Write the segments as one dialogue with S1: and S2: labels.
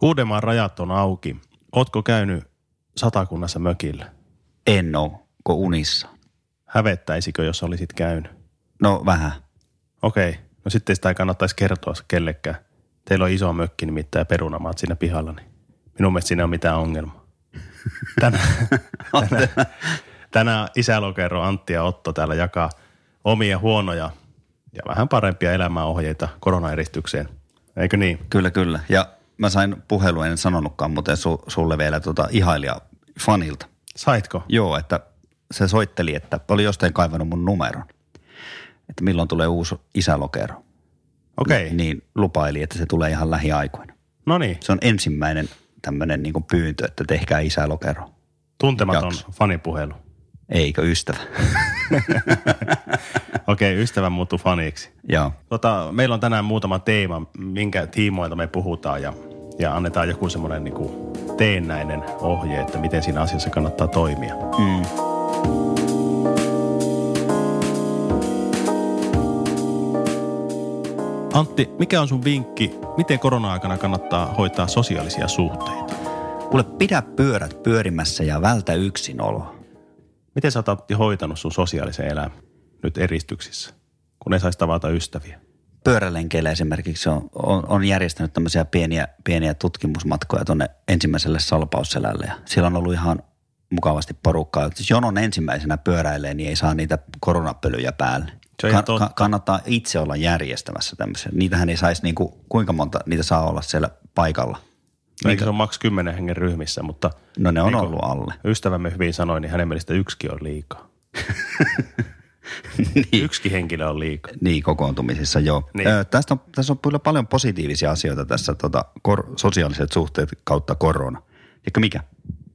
S1: Uudenmaan rajat on auki. Ootko käynyt satakunnassa mökillä?
S2: En oo, kun unissa.
S1: Hävettäisikö, jos olisit käynyt?
S2: No vähän.
S1: Okei, no sitten sitä ei kannattaisi kertoa kellekään. Teillä on iso mökki nimittäin ja perunamaat siinä pihalla, niin minun mielestä siinä ei ole mitään ongelmaa. Tänään, tänään, tänään isälokero Antti ja Otto täällä jakaa omia huonoja ja vähän parempia elämäohjeita koronaeristykseen. Eikö niin?
S2: Kyllä, kyllä. Ja mä sain puhelun, en sanonutkaan muuten su, sulle vielä tota ihailija fanilta.
S1: Saitko?
S2: Joo, että se soitteli, että oli jostain kaivannut mun numeron. Että milloin tulee uusi isälokero.
S1: Okei, okay.
S2: Niin lupaili, että se tulee ihan lähiaikoina.
S1: no niin.
S2: Se on ensimmäinen tämmöinen niin pyyntö, että tehkää isälokero.
S1: Tuntematon
S2: Jakso.
S1: fanipuhelu.
S2: Eikö ystävä?
S1: Okei, okay, ystävä muuttui faniksi.
S2: Joo.
S1: Tota, meillä on tänään muutama teema, minkä tiimoilta me puhutaan ja, ja annetaan joku semmoinen niin teennäinen ohje, että miten siinä asiassa kannattaa toimia.
S2: Mm.
S1: Antti, mikä on sun vinkki, miten korona-aikana kannattaa hoitaa sosiaalisia suhteita?
S2: Kuule, pidä pyörät pyörimässä ja vältä yksinoloa.
S1: Miten sä oot Antti, hoitanut sun sosiaalisen elämän nyt eristyksissä, kun ei saisi tavata ystäviä?
S2: pyörälenkeillä esimerkiksi on, on, on järjestänyt tämmöisiä pieniä, pieniä tutkimusmatkoja tuonne ensimmäiselle salpausselälle. Ja siellä on ollut ihan mukavasti porukkaa. Jos jonon ensimmäisenä pyöräilee, niin ei saa niitä koronapölyjä päälle.
S1: Se on ihan totta.
S2: kannattaa itse olla järjestämässä tämmöisiä. Niitähän ei saisi, niinku, kuinka monta niitä saa olla siellä paikalla.
S1: No Eikö se ole maks 10 hengen ryhmissä, mutta
S2: No ne on
S1: Niinku-
S2: ollut alle.
S1: ystävämme hyvin sanoi, niin hänen mielestä yksikin on liikaa. niin. Yksikin henkilö on liikaa.
S2: Niin, kokoontumisissa, joo.
S1: Niin.
S2: Niin. Ö, tästä on, tässä on kyllä paljon positiivisia asioita tässä tota, kor- sosiaaliset suhteet kautta korona. Eikö mikä?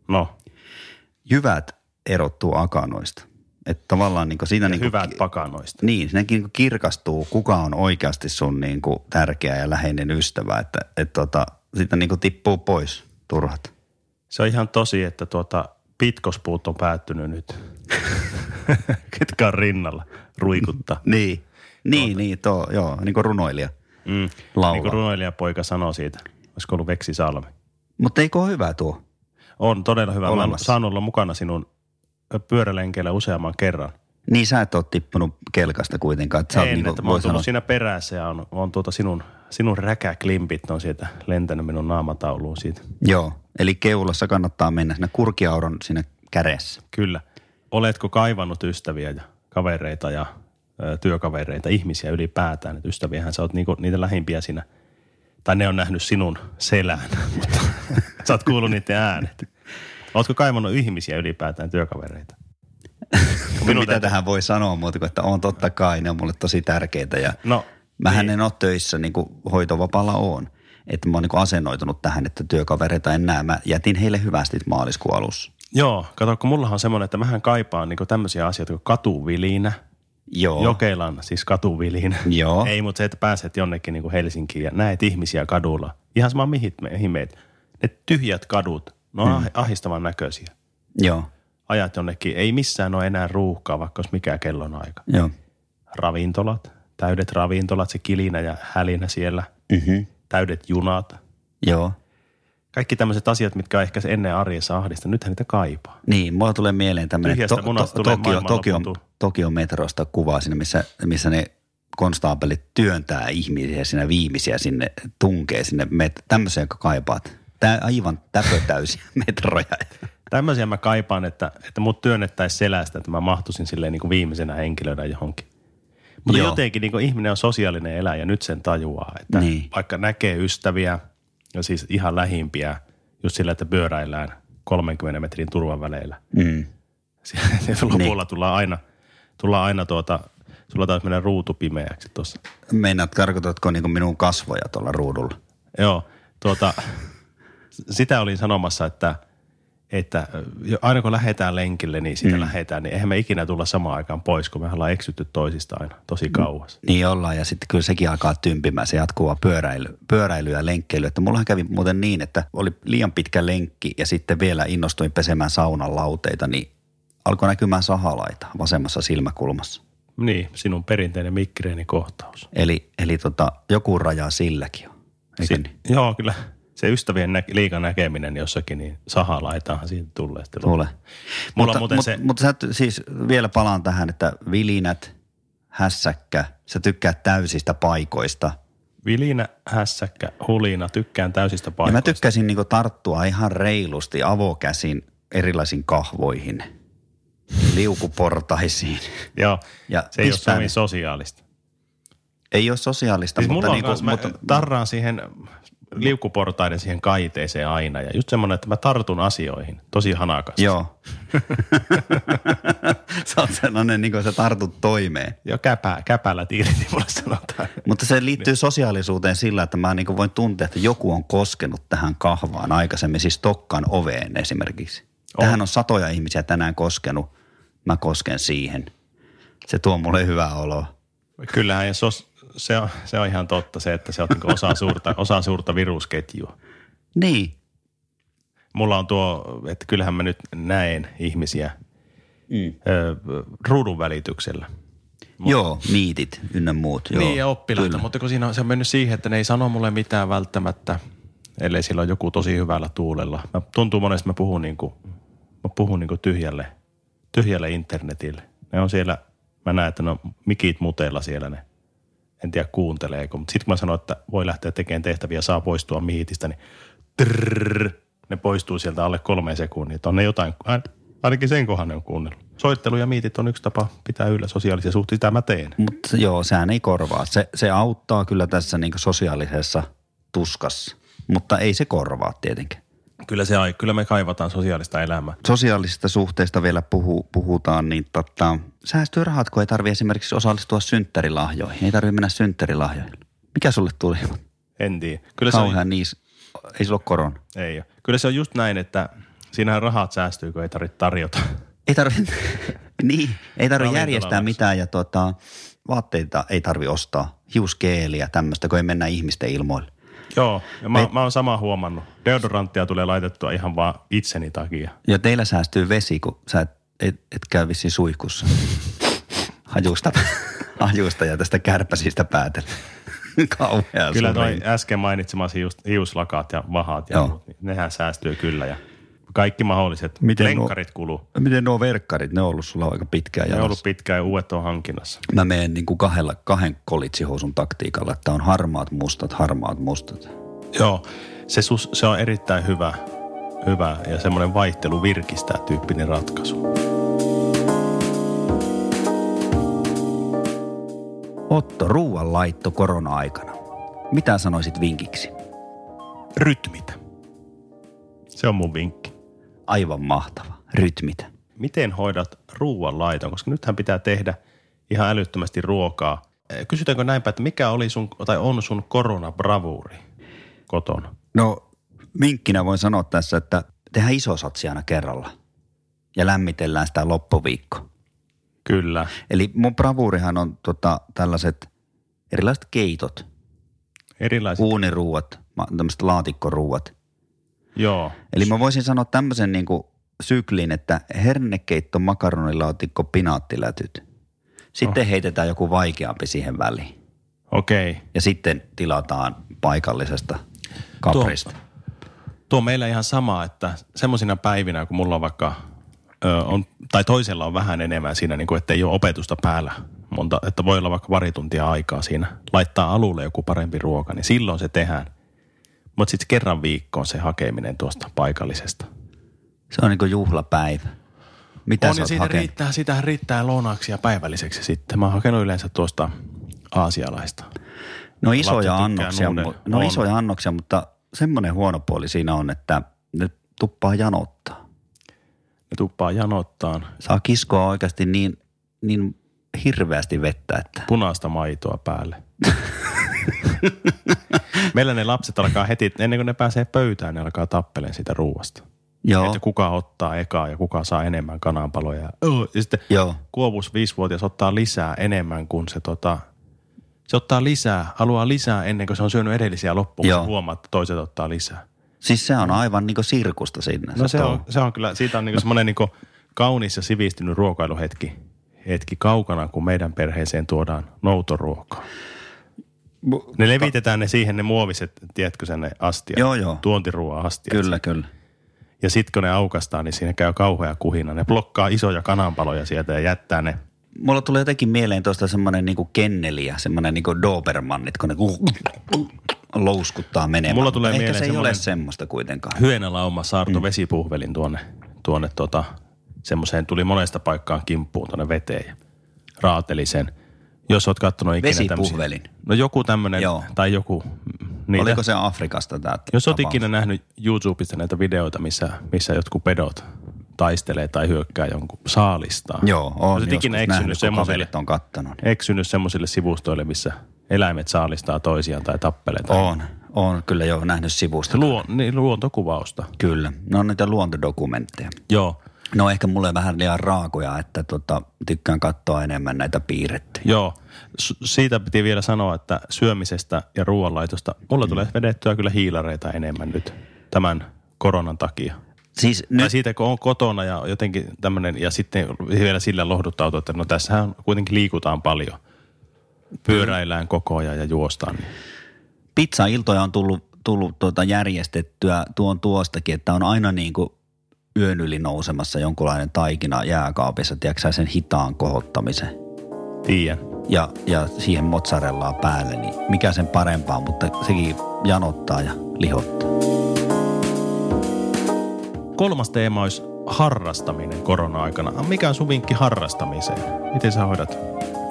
S1: No,
S2: Niin Jyvät erottuu akanoista. Että tavallaan niin siinä niin,
S1: hyvät pakanoista.
S2: niin, siinäkin niin kirkastuu, kuka on oikeasti sun niin kuin, tärkeä ja läheinen ystävä. Että et, tota, siitä niin kuin, tippuu pois turhat.
S1: Se on ihan tosi, että tuota, pitkospuut on päättynyt nyt. Ketkä on rinnalla ruikuttaa.
S2: Niin, niin,
S1: Tuota.
S2: niin tuo, joo, niin kuin runoilija
S1: Mm.
S2: laulaa.
S1: Niin kuin
S2: ru-
S1: runoilijapoika sanoo siitä. Olisiko ollut Veksi Salmi?
S2: Mutta eikö ole hyvä tuo?
S1: On todella hyvä. Mä oon
S2: Olemassa.
S1: saanut olla mukana sinun pyörälenkeillä useamman kerran.
S2: Niin sä et ole tippunut kelkasta kuitenkaan. Että sä oot
S1: en,
S2: niin
S1: että
S2: kuin,
S1: mä oon
S2: voi
S1: tullut
S2: sanoa,
S1: siinä perässä ja on, on tuota sinun, sinun räkäklimpit on sieltä lentänyt minun naamatauluun siitä.
S2: Joo, eli keulassa kannattaa mennä sinne kurkiauron sinne kädessä.
S1: Kyllä. Oletko kaivannut ystäviä ja kavereita ja ö, työkavereita, ihmisiä ylipäätään? Et ystäviähän sä oot niinku, niitä lähimpiä sinä, tai ne on nähnyt sinun selän, mutta sä oot kuullut niiden äänet. Ootko kaivannut ihmisiä ylipäätään, työkavereita?
S2: Minun Mitä tähän voi sanoa muuta kuin, että on totta kai, ne on mulle tosi tärkeitä ja
S1: No,
S2: mähän niin. en ole töissä niin kuin hoitovapaalla on. Että mä oon niin asennoitunut tähän, että työkavereita en näe. Mä jätin heille hyvästit maaliskuun alussa.
S1: Joo, kato, kun mullahan on semmoinen, että mähän kaipaan niinku tämmöisiä asioita kuin katuvilinä.
S2: Joo,
S1: Jokelan, siis katuvilinä.
S2: Joo.
S1: Ei, mutta se, että pääset jonnekin niin kuin Helsinkiin ja näet ihmisiä kadulla. Ihan sama mihin me- mihin meet. Ne tyhjät kadut, ne on hmm. ahistavan näköisiä.
S2: joo,
S1: Ajat jonnekin, ei missään ole enää ruuhkaa, vaikka olisi mikä kellonaika.
S2: joo.
S1: Ravintolat, täydet ravintolat, se kilinä ja hälinä siellä.
S2: Mm-hmm.
S1: Täydet junat.
S2: Joo.
S1: Kaikki tämmöiset asiat, mitkä on ehkä se ennen arjessa ahdista, nythän niitä kaipaa.
S2: Niin, mulla tulee mieleen tämmöinen
S1: Tyhjästä munasta tulee
S2: Tokio,
S1: maailmanloppu
S2: Tokio,
S1: tuu.
S2: Tokio metrosta kuvaa sinne, missä, missä ne konstaapelit työntää ihmisiä sinne viimeisiä sinne, tunkee sinne met- tämmöiseen, jonka kaipaat. Tää aivan täpötäysiä metroja.
S1: Tämmöisiä mä kaipaan, että, että mut työnnettäisiin selästä, että mä mahtuisin silleen niin kuin viimeisenä henkilönä johonkin. Mutta Joo.
S2: Joo.
S1: jotenkin niin kuin ihminen on sosiaalinen eläjä, nyt sen tajuaa, että niin.
S2: Niin.
S1: vaikka näkee ystäviä ja siis ihan lähimpiä just sillä, että pyöräillään 30 metrin turvaväleillä.
S2: Mm.
S1: Siellä lopulla niin. tullaan aina, tullaan aina tuota, sulla taas mennä ruutu pimeäksi tuossa.
S2: Meinaat, tarkoitatko niinku minun kasvoja tuolla ruudulla?
S1: Joo, tuota, s- sitä olin sanomassa, että, että jo- aina kun lähdetään lenkille, niin sitä mm. lähdetään, niin eihän me ikinä tulla samaan aikaan pois, kun me ollaan eksytty toisista aina tosi kauas.
S2: Niin ollaan ja sitten kyllä sekin alkaa tympimään se jatkuva pyöräily, pyöräily ja lenkkeily. Että mullahan kävi muuten niin, että oli liian pitkä lenkki ja sitten vielä innostuin pesemään saunan lauteita, niin alkoi näkymään sahalaita vasemmassa silmäkulmassa.
S1: Niin, sinun perinteinen migreenikohtaus.
S2: Eli, eli tota, joku raja silläkin on. Eikö
S1: Si-
S2: niin?
S1: Joo, kyllä. se ystävien nä- liikan näkeminen jossakin, niin saha laitaahan siitä tulee sitten.
S2: Tule.
S1: Mulla
S2: mutta,
S1: on muuten
S2: mut-
S1: se-
S2: Mutta sä t- siis vielä palaan tähän, että vilinät, hässäkkä, sä tykkäät täysistä paikoista.
S1: Vilinä, hässäkkä, hulina, tykkään täysistä
S2: Ja mä
S1: paikoista.
S2: tykkäsin niinku tarttua ihan reilusti avokäsin erilaisiin kahvoihin, liukuportaisiin.
S1: Joo,
S2: Ja
S1: se ei ole
S2: pistää
S1: Suomi
S2: ne.
S1: sosiaalista.
S2: Ei ole sosiaalista,
S1: Siis
S2: mutta,
S1: mulla on
S2: niinku,
S1: kans, mä
S2: mutta
S1: tarraan siihen liukuportaiden siihen kaiteeseen aina ja just semmoinen, että mä tartun asioihin tosi hanakasti.
S2: joo. sä oot sellainen, niin kuin sä tartut toimeen.
S1: Ja käpä, käpällä irti mulle sanotaan.
S2: Mutta se liittyy
S1: Niin.
S2: sosiaalisuuteen sillä, että mä niin voin tuntea, että joku on koskenut tähän kahvaan aikaisemmin, siis Tokkan oveen esimerkiksi.
S1: On.
S2: Tähän on satoja ihmisiä tänään koskenut, mä kosken siihen. Se tuo mulle hyvää oloa.
S1: Kyllähän ja sos, se, on, se on ihan totta se, että se on niinku osa, suurta, osa suurta virusketjua.
S2: Niin,
S1: Mulla on tuo, että kyllähän mä nyt näen ihmisiä mm. ö, ruudun välityksellä.
S2: joo, miitit ynnä muut. Joo.
S1: Niin ja oppilaita, kyllä. mutta kun siinä on, se on mennyt siihen, että ne ei sano mulle mitään välttämättä, ellei sillä on joku tosi hyvällä tuulella. Mä, tuntuu monesti, mä puhun, niin kuin, mä puhun niin kuin tyhjälle, tyhjälle internetille. Ne on siellä, mä näen, että ne on mikit muteilla siellä ne. En tiedä kuunteleeko, mutta sitten kun mä sanon, että voi lähteä tekemään tehtäviä, saa poistua miitistä, niin trrr, ne poistuu sieltä alle kolme sekunnin. Että On ne jotain, ain- ainakin sen kohan ne on kuunnellut. Soittelu ja miitit on yksi tapa pitää yllä sosiaalisia suhteita, sitä mä teen.
S2: Mutta joo, sehän ei korvaa. Se, se auttaa kyllä tässä niin sosiaalisessa tuskassa, mutta ei se korvaa tietenkään.
S1: Kyllä, se, ai- kyllä me kaivataan sosiaalista elämää.
S2: sosiaalisista suhteista vielä puhu, puhutaan, niin tota, säästyy rahat, kun ei tarvitse esimerkiksi osallistua synttärilahjoihin. Ei tarvitse mennä synttärilahjoihin. Mikä sulle tuli?
S1: En tiedä. Kyllä se, on,
S2: Kauhean niis. Ei sulla ole korona.
S1: ei ole. kyllä se on just näin, että siinähän rahat säästyy, kun ei tarvitse tarjota.
S2: Ei tarvitse, niin, ei tarvitse
S1: Ravintolavaksi.
S2: järjestää mitään ja tota, vaatteita ei tarvitse ostaa. Hiuskeeliä tämmöistä, kun ei mennä ihmisten ilmoille.
S1: Joo, ja mä, mä oon sama huomannut. Deodoranttia tulee laitettua ihan vaan itseni takia.
S2: Ja teillä säästyy vesi, kun sä et, et, et käy vissiin suihkussa. Hajusta, hajusta ja tästä kärpäsistä päätellä. Kauhea
S1: Kyllä
S2: suuri.
S1: toi äsken mainitsemasi just hiuslakaat ja vahat ja
S2: Joo.
S1: muut, niin nehän säästyy kyllä ja kaikki mahdolliset.
S2: Miten
S1: Miten
S2: nuo-
S1: Lenkkarit kuluu.
S2: Miten nuo verkkarit, ne on ollut sulla aika pitkään
S1: Ne on
S2: jalassa?
S1: ollut pitkään ja uudet on hankinnassa.
S2: Mä menen niin kuin kahdella, kahden kolitsihousun taktiikalla, että on harmaat mustat, harmaat mustat.
S1: Joo, se, sus, se on erittäin hyvä, hyvä ja semmoinen vaihtelu virkistää tyyppinen ratkaisu.
S2: Otto, ruuan laitto korona-aikana. Mitä sanoisit vinkiksi?
S1: rytmitä. Se on mun vinkki.
S2: Aivan mahtava. Rytmitä.
S1: Miten hoidat ruoan laiton? Koska nythän pitää tehdä ihan älyttömästi ruokaa. Eh, Kysytäänkö näinpä, että mikä oli sun, tai on sun koronabravuuri kotona?
S2: No vinkkinä voin sanoa tässä, että tehdään iso satsi aina kerralla ja lämmitellään sitä loppuviikko.
S1: Kyllä.
S2: Eli mun bravuurihan on tota, tällaiset erilaiset keitot,
S1: Erilaiset. U-
S2: uuniruuat, ma- tämmöiset laatikkoruuat –
S1: Joo.
S2: Eli mä voisin sanoa tämmöisen niin kuin syklin, että hernekeitto, makaronilaatikko, pinaattilätyt. Sitten oh. heitetään joku vaikeampi siihen väliin.
S1: Okei.
S2: Ja sitten tilataan paikallisesta kaprista. Tuo.
S1: Tuo on meillä ihan sama, että semmoisina päivinä, kun mulla on vaikka, ö, on, tai toisella on vähän enemmän siinä, niin kuin, että ei ole opetusta päällä, monta, että voi olla vaikka pari tuntia aikaa siinä, laittaa alulle joku parempi ruoka, niin silloin se tehdään. Mutta sitten kerran viikkoon se hakeminen tuosta paikallisesta.
S2: Se on niin kuin juhlapäivä. Mitä
S1: on,
S2: sä
S1: ja
S2: oot
S1: siitä
S2: hakenut?
S1: riittää, sitä riittää lounaksi ja päivälliseksi sitten. Mä oon hakenut yleensä tuosta aasialaista.
S2: No isoja
S1: tykkää
S2: annoksia,
S1: nuudel-
S2: mu- no
S1: on.
S2: isoja annoksia, mutta semmoinen huono puoli siinä on, että ne tuppaa janottaa.
S1: Ne tuppaa janottaan
S2: Saa kiskoa oikeasti niin, niin hirveästi vettä, että
S1: punaista maitoa päälle. Meillä ne lapset alkaa heti, ennen kuin ne pääsee pöytään, ne alkaa tappeleen siitä ruuasta.
S2: joo,
S1: Että kuka ottaa ekaa ja kuka saa enemmän kananpaloja. Öö, Ja sitten
S2: joo.
S1: kuopus viisivuotias ottaa lisää enemmän kuin se tota, se ottaa lisää, haluaa lisää ennen kuin se on syönyt edellisiä loppuun.
S2: Joo.
S1: Joo. Huomaa, että toiset ottaa lisää.
S2: Siis se on aivan niin kuin sirkusta sinne.
S1: No se
S2: touhu.
S1: on, se on kyllä, siitä on niinku semmoinen niinku kaunis ja sivistynyt ruokailuhetki hetki kaukana, kun meidän perheeseen tuodaan noutoruokaa.
S2: mu-
S1: Ne levitetään ne siihen, ne muoviset, tiedätkö sen ne astiat?
S2: Joo, joo.
S1: Tuontiruoan astiat.
S2: Kyllä, kyllä.
S1: Ja sit kun ne aukastaa, niin siinä käy kauhea kuhina. Ne blokkaa isoja kananpaloja sieltä ja jättää ne.
S2: Mulla tulee jotenkin mieleen tuosta semmoinen niinku kenneliä, semmoinen niinku Dobermannit, kun ne louskuttaa menemään.
S1: Mulla tulee
S2: Ehkä
S1: mieleen
S2: se ei
S1: semmoinen-
S2: ole semmoista kuitenkaan.
S1: Hyönälauma saarto mm. vesipuhvelin tuonne, tuonne tota, semmoiseen tuli monesta paikkaan kimppuun tuonne veteen ja raateli sen. Jos oot kattonut ikinä tämmöisiä-
S2: Vesipuhvelin.
S1: No joku tämmönen,
S2: Joo.
S1: tai joku. mm, Niitä.
S2: Oliko se Afrikasta tämä
S1: Jos oot ikinä nähnyt YouTubesta näitä videoita, missä, missä jotkut pedot taistelee tai hyökkää jonkun saalistaan.
S2: Joo, on
S1: Jos et ikinä eksynyt
S2: kun
S1: semmoiselle,
S2: kaverit on kattanut. niin
S1: eksynyt semmoisille sivustoille, missä eläimet saalistaa toisiaan tai tappelee. Tai
S2: On, on kyllä jo nähnyt sivusta.
S1: Luon, niin, luontokuvausta.
S2: Kyllä, ne on niitä luontodokumentteja.
S1: Joo.
S2: No ehkä mulle vähän liian raakoja, että tota, tykkään katsoa enemmän näitä piirrettyjä.
S1: Joo, S- siitä piti vielä sanoa, että syömisestä ja ruoanlaitosta, mulla mm. tulee vedettyä kyllä hiilareita enemmän nyt tämän koronan takia.
S2: Siis
S1: Nyt. Tai
S2: nyt,
S1: siitä, kun on kotona ja jotenkin tämmöinen, ja sitten vielä sillä lohduttautuu, että no tässähän kuitenkin liikutaan paljon. Pyöräillään koko ajan ja juostaan. Niin.
S2: pizza-iltoja on tullut, tullut tuota järjestettyä tuon tuostakin, että on aina niin kuin yön yli nousemassa jonkunlainen taikina jääkaapissa, tiedätkö sä, sen hitaan kohottamisen.
S1: Tiedän.
S2: Ja, ja siihen mozzarellaa päälle, niin mikä sen parempaa, mutta sekin janottaa ja lihottaa.
S1: Kolmas teema olisi harrastaminen korona-aikana. Mikä on sun vinkki harrastamiseen? Miten sä hoidat?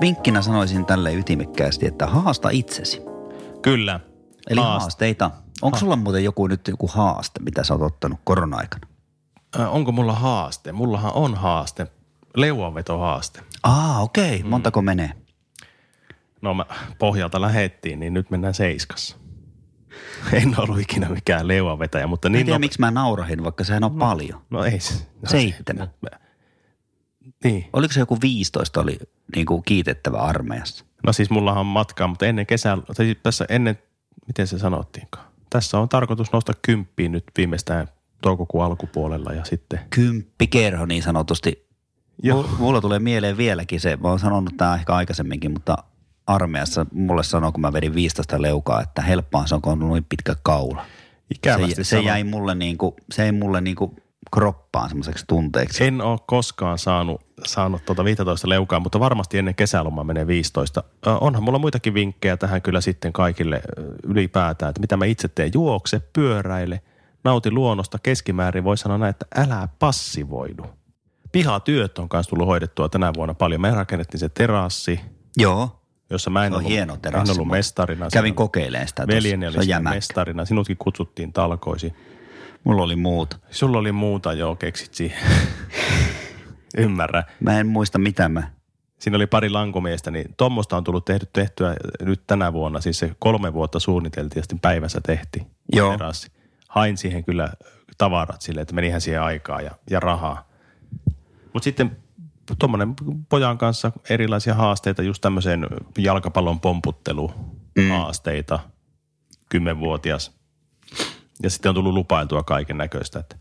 S2: Vinkkinä sanoisin tälle ytimekkäästi, että haasta itsesi.
S1: Kyllä.
S2: Eli
S1: Haast-
S2: haasteita. Onko sulla muuten joku nyt joku haaste, mitä sä oot ottanut korona-aikana?
S1: Äh, Onko mulla haaste? Mullahan on haaste. Leuanvetohaaste.
S2: Aa, okei. Okay. Montako menee?
S1: No mä pohjalta lähettiin, niin nyt mennään seiskassa. En ollut ikinä mikään leuanvetäjä, mutta
S2: Niin en
S1: niin...
S2: tiedä,
S1: No,
S2: miksi mä naurahin, vaikka sehän on paljon.
S1: no ei se. No,
S2: Seitsemän.
S1: se- Niin.
S2: Oliko se joku 15 oli niin kuin kiitettävä armeijassa?
S1: No siis mullahan on matkaa, mutta ennen kesää, tai siis tässä ennen, miten se sanottiinkaan? Tässä on tarkoitus nousta kymppiin nyt viimeistään toukokuun alkupuolella ja sitten...
S2: Kymppikerho niin sanotusti.
S1: Joo.
S2: M- Mulla tulee mieleen vieläkin se, mä oon sanonut tää ehkä aikaisemminkin, mutta armeijassa mulle sanoi, kun mä vedin 15 leukaa, että helppoa se on, kun on noin pitkä kaula.
S1: Ikävästi
S2: Se, se,
S1: sanon.
S2: jäi mulle niin kuin, se ei mulle niin kuin kroppaan semmoiseksi tunteeksi.
S1: En ole koskaan saanut, saanut tuota 15 leukaa, mutta varmasti ennen kesälomaa menee 15. Ö, onhan mulla muitakin vinkkejä tähän kyllä sitten kaikille ö, ylipäätään, että mitä mä itse teen. Juokse, pyöräile, nauti luonnosta keskimäärin. Voi sanoa näin, että älä passivoidu. Pihatyöt on myös tullut hoidettua tänä vuonna paljon. Me rakennettiin se terassi,
S2: Joo,
S1: jossa mä en
S2: Se on
S1: ollut,
S2: hieno
S1: en
S2: terassi,
S1: ollut
S2: mutta
S1: mestarina.
S2: kävin
S1: Siinä
S2: kokeilemaan sitä. tuossa.
S1: Veljeni
S2: se
S1: oli
S2: on
S1: siinä
S2: jämäkkä.
S1: mestarina. Sinutkin kutsuttiin talkoisiin.
S2: Mulla oli muuta.
S1: Sulla oli muuta, joo, keksit siihen. Ymmärrän.
S2: Mä en muista mitä mä.
S1: siinä oli pari lankomiestä, niin tuommoista on tullut tehty, tehtyä nyt tänä vuonna. Siis se kolme vuotta suunniteltiin ja sitten päivässä tehtiin.
S2: Joo.
S1: Terassi. Hain siihen kyllä tavarat sille, että menihän siihen aikaa ja, ja rahaa. Mutta sitten tuommoinen pojan kanssa erilaisia haasteita, just tämmöiseen jalkapallon pomputteluhaasteita, kymmenvuotias. Ja sitten on tullut lupailtua kaiken näköistä, että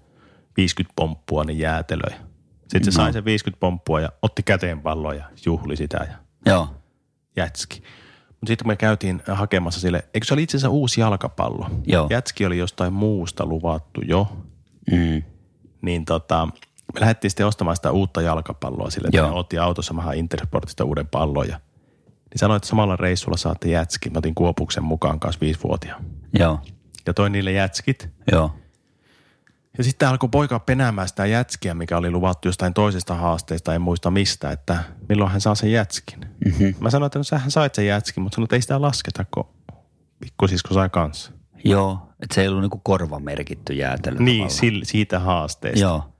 S1: 50 pomppua, niin jäätelöjä. Sitten
S2: No.
S1: se sai sen 50 pomppua ja otti käteen pallon ja juhli sitä ja
S2: Joo.
S1: jätski. Mutta sitten me käytiin hakemassa sille, eikö se oli itse asiassa uusi jalkapallo?
S2: Joo.
S1: Jätski oli jostain muusta luvattu jo,
S2: Mm.
S1: niin tota, me lähdettiin sitten ostamaan sitä uutta jalkapalloa sille, että
S2: Joo.
S1: me otti autossa, mä hain Intersportista uuden pallon ja niin sanoin, että samalla reissulla saatte jätski. Mä otin Kuopuksen mukaan kanssa viisivuotiaan.
S2: Joo.
S1: Ja toin niille jätskit.
S2: Joo.
S1: Ja sitten alkoi poika penäämään sitä jätskiä, mikä oli luvattu jostain toisesta haasteesta, en muista mistä, että milloin hän saa sen jätskin.
S2: Mhm.
S1: Mm-hmm. Mä sanoin, että no sähän sait sen jätskin, mutta sanoin, että ei sitä lasketa, kun pikkusisko sai kanssa.
S2: Joo. Et se ei ollut niinku korvamerkitty jäätelö.
S1: Niin, siis- sil, siitä haasteesta. Joo.
S2: Joo.